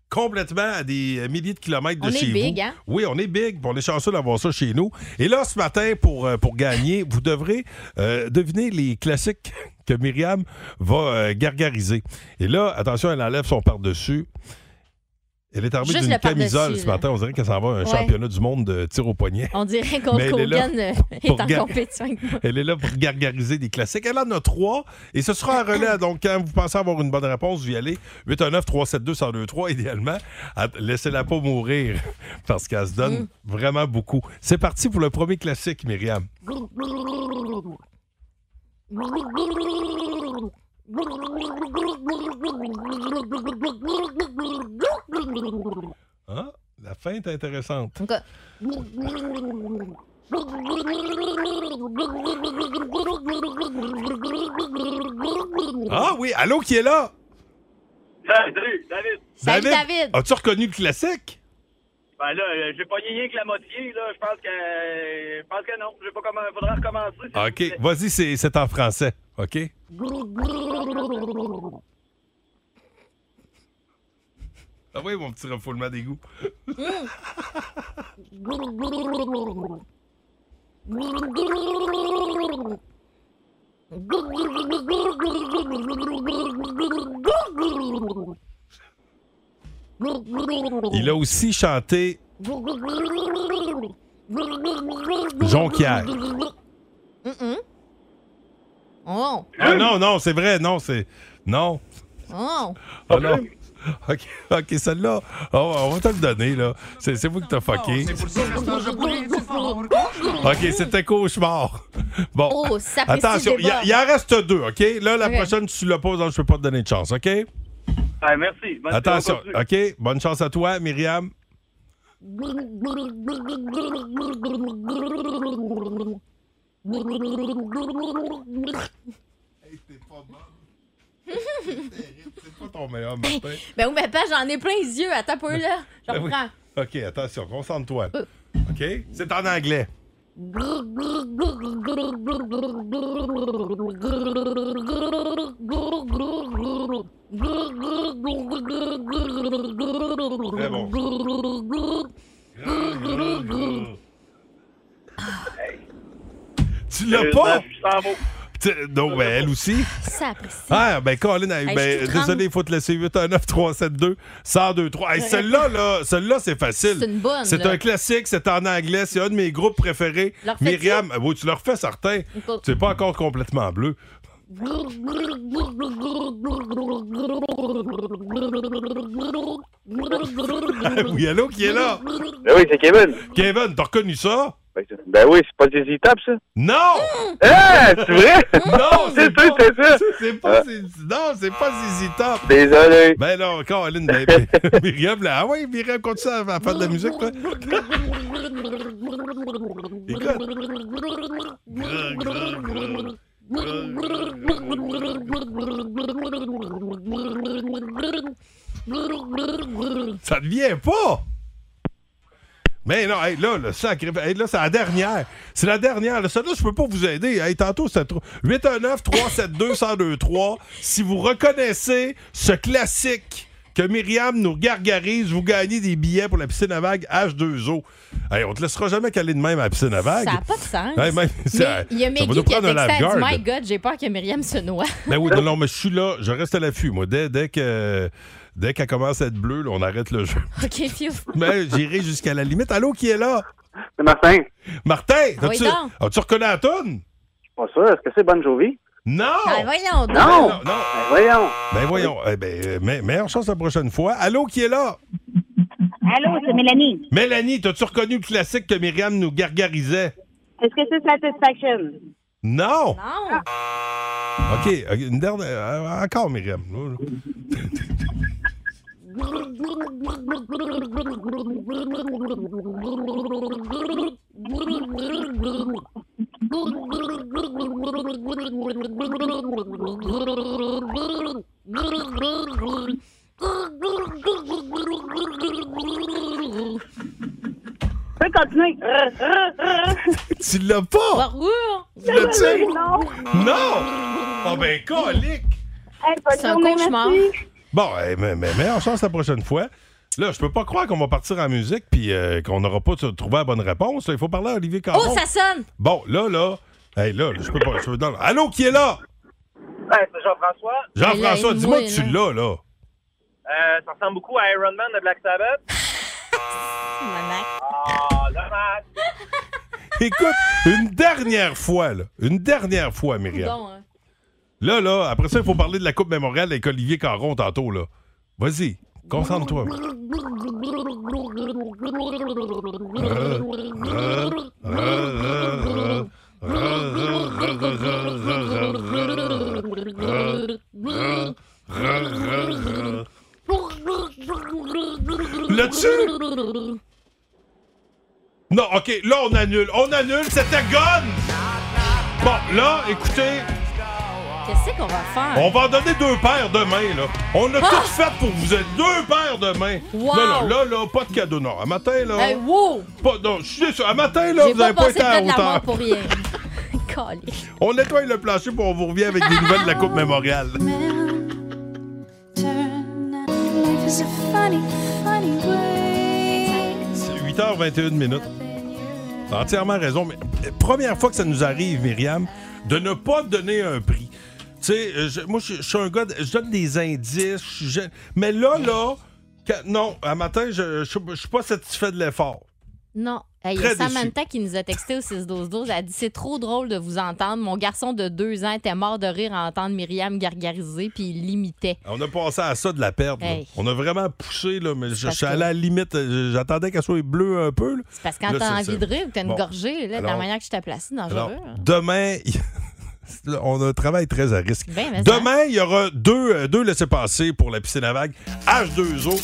complètement à des euh, milliers de kilomètres de On est chez big, vous. hein? Oui, on est big, puis on est chanceux d'avoir ça chez nous. Et là, ce matin, pour, euh, pour gagner, vous devrez euh, deviner les classiques que Myriam va euh, gargariser. Et là, attention, elle enlève son par-dessus. Elle est armée Juste d'une le par-dessus, camisole ce là. matin. On dirait qu'elle s'en va à un Ouais. championnat du monde de tir au poignet. On dirait Mais qu'on elle est là Hogan euh, est pour en ga- compétition avec moi. Elle est là pour gargariser des classiques. Elle en a trois et ce sera un relais. Donc, quand vous pensez avoir une bonne réponse, vous y allez. 819-372-1023, idéalement. Att- Laissez-la pas mourir parce qu'elle se Mm. donne vraiment beaucoup. C'est parti pour le premier classique, Myriam. Hein? La fin est intéressante. Ah oui, allô qui est là? Salut, David. As-tu reconnu le classique? Ben là, euh, j'ai pas rien que la moitié, là. Je pense que. euh, Je pense que non. J'ai pas comment. Faudra recommencer. OK, vas-y, c'est c'est en français. OK? Ah oui, mon petit refoulement d'égout. Oh. Il a aussi chanté Jonquière. Mm-mm. Oh, Ah non, non, c'est vrai, non, c'est. Non. oh. Ah non. OK, OK, celle-là, on, on va te le donner, là. C'est c'est vous qui t'as fucké. OK, c'était cauchemar. Bon. Oh, ça fait Attention, six il y a- débats. il en reste deux, OK? Là, la Ok. prochaine, tu la poses, donc je peux pas te donner de chance, OK? Ah, merci. Bonne Attention, soirée, on OK? Bonne chance à toi, Myriam. C'est pas ton meilleur matin. Ben oui, mais pas, j'en ai plein les yeux. Attends pas là. Je Ben oui. reprends. Euh. OK, attention, concentre-toi. OK? C'est en anglais. Très bon. Tu l'as pas? Euh, ben, Je suis sans mots. Tu- Donc, ben, elle aussi. Ça apprécie. Ah, ben, Colin, a eu- Hey, je ben, suis tremble. désolé, il faut te laisser 819 372 1023. Hey, celle-là, là, celle-là, c'est facile. C'est une bonne, C'est là. un classique, c'est en anglais, c'est un de mes groupes préférés. Le refais-tu? Myriam, ah oui, tu le refais certain. Une- Tu n'es pas encore complètement bleu. oui, allô, é, qui est là? Ben oui, c'est Kevin. Kevin, t'as reconnu ça? Ben oui, c'est pas des étapes, ça. Non! Hein, c'est vrai? Non, c'est ça, c'est ça. C'est pas, Ah. Zizi- non, c'est pas Zizi Top. Désolé. Ben non, Caroline, ben, ben, Myriam, là, ah ouais, Myriam continue à à faire de la musique, là. Ça ne vient pas! Mais non, hey, là, le sacré- hey, là, c'est la dernière. C'est la dernière. Là, Celle-là, je peux pas vous aider. Hey, tantôt, c'était trop. 819-372-1023. si vous reconnaissez ce classique que Myriam nous gargarise, vous gagnez des billets pour la piscine à vagues H2O. Hey, on te laissera jamais caler de même à la piscine à vagues. Ça n'a pas de sens. Hey, même- ça- mais il y a ça va Maggie nous qui a prendre un texté, elle dit, lifeguard. My God, j'ai peur que Myriam se noie. Ben oui, non, non, mais je suis là, je reste à l'affût, moi. Dès, dès que dès qu'elle commence à être bleue, là, on arrête le jeu. OK, fiouf. Mais j'irai jusqu'à la limite. Allô, qui est là? C'est Martin. Martin, Ah oui, as-tu donc. as-tu reconnu la toune? Pas sûr. Est-ce que c'est Bon Jovi? Non! Ben voyons donc. Non! Non! Ben voyons. Ben voyons. Eh ben, euh, me- meilleure chance la prochaine fois. Allô, qui est là? Allô, c'est Mélanie. Mélanie, t'as-tu reconnu le classique que Myriam nous gargarisait? Est-ce que c'est Satisfaction? Ah, Non! Non. OK, ok, une dernière. euh, Encore, Myriam. Peux continuer. Rrr, rrr, rrr. tu l'as pas! Tu l'as-tu? Non. Non! Ah ben, colique! Hey, Eh, bonne C'est un journée, cauchemar. merci. Bon, eh, mais, mais meilleure chance la prochaine fois. Là, je peux pas croire qu'on va partir en musique puis euh, qu'on n'aura pas t- trouvé la bonne réponse. là. Il faut parler à Olivier Caron. Oh, ça sonne! Bon, là, là. Hey, là, là, je peux pas. je peux- non. Allô, qui est là? Hey, Ben, c'est Jean-François. Jean-François, Ben, dis-moi que tu l'as, là. Euh, ça ressemble beaucoup à Iron Man de Black Sabbath. Ah, dommage. Écoute, une dernière fois, là. Une dernière fois, Myriam. Bon, hein. Là, là, après ça, il faut parler de la Coupe mémoriale avec Olivier Caron tantôt, là. Vas-y, concentre-toi. Là-dessus! Non, OK, là, on annule. On annule, c'était Gone! Bon, là, écoutez, Qu'est-ce qu'on va faire? on va en donner deux paires demain, là. On a Ah! tout fait pour vous être deux paires demain. Wow! Là, là, là, là, pas de cadeau, non. À matin, là... Hey, wow! Pas, non, je suis sûr. À matin, là, J'ai vous n'avez pas pas pensé été à peut-être la l'avoir hauteur. pour rien. Calé. On nettoie le plancher pour on vous revient avec des nouvelles de la Coupe mémoriale. Life is a funny, funny way. 8h21 minutes. T'as entièrement raison, mais euh, première fois que ça nous arrive, Myriam, de ne pas donner un prix. Tu sais, euh, je- moi, je je suis un gars, de- je donne des indices, je suis jeune. mais là, là, quand- non, à matin, je je suis je suis pas satisfait de l'effort. Non. Hey, Il y a Très déçu. Samantha qui nous a texté au 6-12-12. Elle a dit C'est trop drôle de vous entendre. Mon garçon de deux ans était mort de rire à entendre Myriam gargariser, puis il l'imitait. On a passé à ça de la perte. là. Hey. On a vraiment poussé, là, mais je, je parce suis que- allé à la limite. euh, J'attendais qu'elle soit bleue un peu. là. Parce que quand Là, t'as c'est- envie de rire, t'as une Bon. gorgée, là, de la Alors- manière que je t'ai placée, Alors, dangereux. hein. demain, là, on a un travail très à risque. Ben, mais ça- Demain, il y aura deux, euh, deux laissés-passer pour la piscine à vague H2O.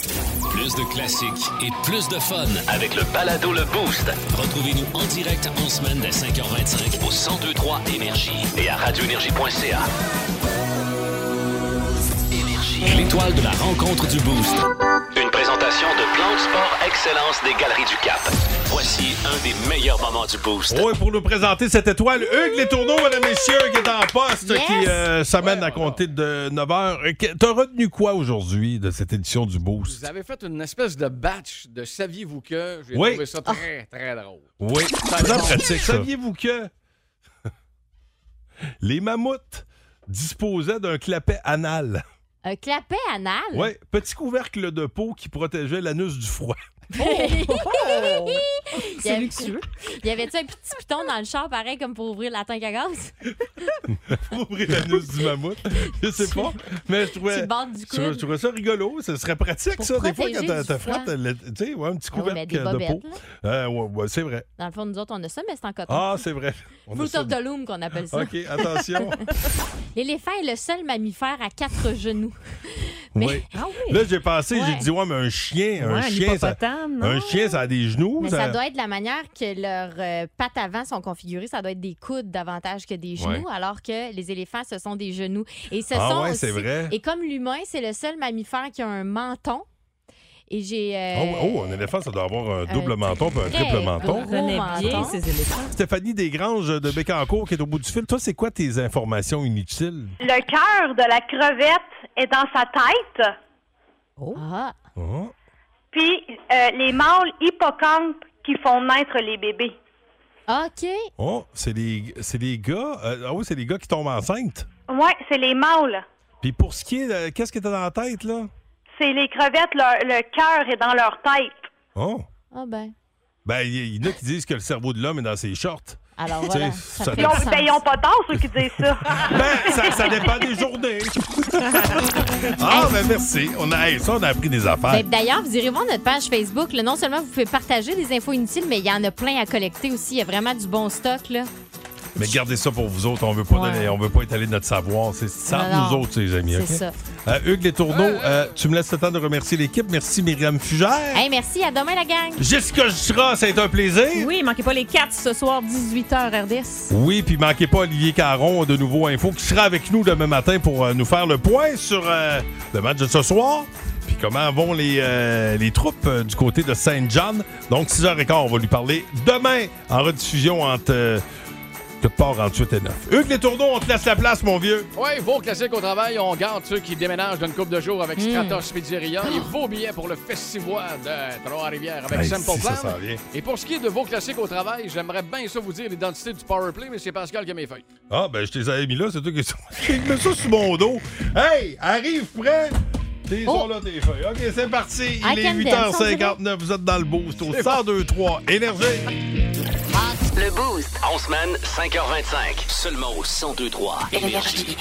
Plus de classiques et plus de fun avec le balado Le Boost. Retrouvez-nous en direct en semaine dès 5h25 au 1023 Énergie et à radioénergie.ca. Énergie. L'étoile de la rencontre du Boost. Une présentation de Plan de Sport Excellence des Galeries du Cap. Voici un des meilleurs moments du Boost. Oui, pour nous présenter cette étoile, Hugues Les Tourneaux, mesdames et messieurs, qui est en poste, Yes. qui euh, s'amène à compter de 9 heures. Euh, que- T'as retenu quoi aujourd'hui de cette édition du Boost? Vous avez fait une espèce de batch de saviez-vous que. J'ai Oui. trouvé ça très, très drôle. Oui, Ça c'est répond. pratique. ça. Saviez-vous que les mammouths disposaient d'un clapet anal? Un clapet anal. Oui, petit couvercle de peau qui protégeait l'anus du froid. Il y C'est avait- luxueux. Il y avait-tu un petit piton dans le char, pareil, comme pour ouvrir la tank à gaz? Ouvrir l'anus du mammouth. Je sais pas. Mais je trouvais, Sur le bord du je coude. trouvais- je trouvais ça rigolo. Ce serait pratique, Pour ça, des fois, quand protéger t'as- du t'as froid. frappé, le- tu sais, ouais, un petit Ah ouais, mais couvercle des de peau. bobettes, Euh, ouais, ouais, c'est vrai. Dans le fond, nous autres, on a ça, mais c'est en coton. Ah, c'est vrai. On a Fruit ça. of the loom qu'on appelle ça. OK, attention. L'éléphant est le seul mammifère à quatre genoux. Oui. Ah oui. Là, j'ai pensé, j'ai Ouais. dit, ouais, mais un chien, Ouais, un un chien, ça, hippopotame, non? un chien, ça a des genoux. Mais ça doit être la manière que leurs euh, pattes avant sont configurées. Ça doit être des coudes davantage que des genoux, Ouais. alors que les éléphants, ce sont des genoux. Et ce Ah sont ouais, aussi- c'est vrai. Et comme l'humain, c'est le seul mammifère qui a un menton. Et j'ai. euh, Oh, oh, un éléphant, ça doit avoir un double un menton puis un très triple menton. gros menton. Stéphanie Desgranges de Bécancour qui est au bout du fil. Toi, c'est quoi tes informations inutiles? Le cœur de la crevette est dans sa tête. Ah. Oh. Puis euh, les mâles hippocampes qui font naître les bébés. OK. Oh, c'est les, c'est les gars. euh, ah oui, c'est les gars qui tombent enceintes. Oui, c'est les mâles. Puis pour ce qui est, de- qu'est-ce que t'as dans la tête, là? C'est les crevettes, leur- le cœur est dans leur tête. Oh. Ah ben. Ben, il y, il y en a qui disent que le cerveau de l'homme est dans ses shorts. Alors Tu sais, voilà. ça fait dépend. du sens. Ben, ils ont pas tort, ceux qui disent ça. Ben, ça, ça dépend des journées. Ah, ben merci. On a, hey, ça, on a appris des affaires. Ben, D'ailleurs, vous irez voir notre page Facebook. là. non seulement vous pouvez partager des infos inutiles, mais il y en a plein à collecter aussi. Il y a vraiment du bon stock. Là. Mais gardez ça pour vous autres. On veut pas Ouais. donner- on veut pas étaler notre savoir. C'est ça Non, nous non. autres, les amis. C'est ok? ça. Euh, Hugues Les Tourneaux, euh, tu me laisses le temps de remercier l'équipe. Merci Myriam Fugère. Hey, merci. À demain, la gang. Jessica Jutra, c'est un plaisir. Oui, manquez pas les 4 ce soir, 18h RDS. Oui, puis manquez pas Olivier Caron de Nouveau Info qui sera avec nous demain matin pour euh, nous faire le point sur euh, le match de ce soir. Puis comment vont les, euh, les troupes euh, du côté de Saint-John. Donc 6h15, on va lui parler demain en rediffusion entre euh, quelque part entre 8 et 9. Hugues Les Tourneaux, on te laisse la place, mon vieux. Oui, vos classiques au travail, on garde ceux qui déménagent d'une coupe de jours avec Stratos Pizzeria et vos billets pour le festival de Trois-Rivières avec Hey, Simple si, ça Plan. s'en vient. Et pour ce qui est de vos classiques au travail, j'aimerais bien ça vous dire l'identité du powerplay, mais c'est Pascal qui a mes feuilles. Ah, ben, je te les avais mis là, c'est toi qui J'ai mis ça sur mon dos. Hey, arrive prêt. T'es Oh. sont là, tes feuilles. OK, c'est parti. I Il est can dance, on 8h59. Vous êtes dans le boost au 1023 Énergie. Le Boost. En semaine, 5h25. Seulement au 1023 Énergie.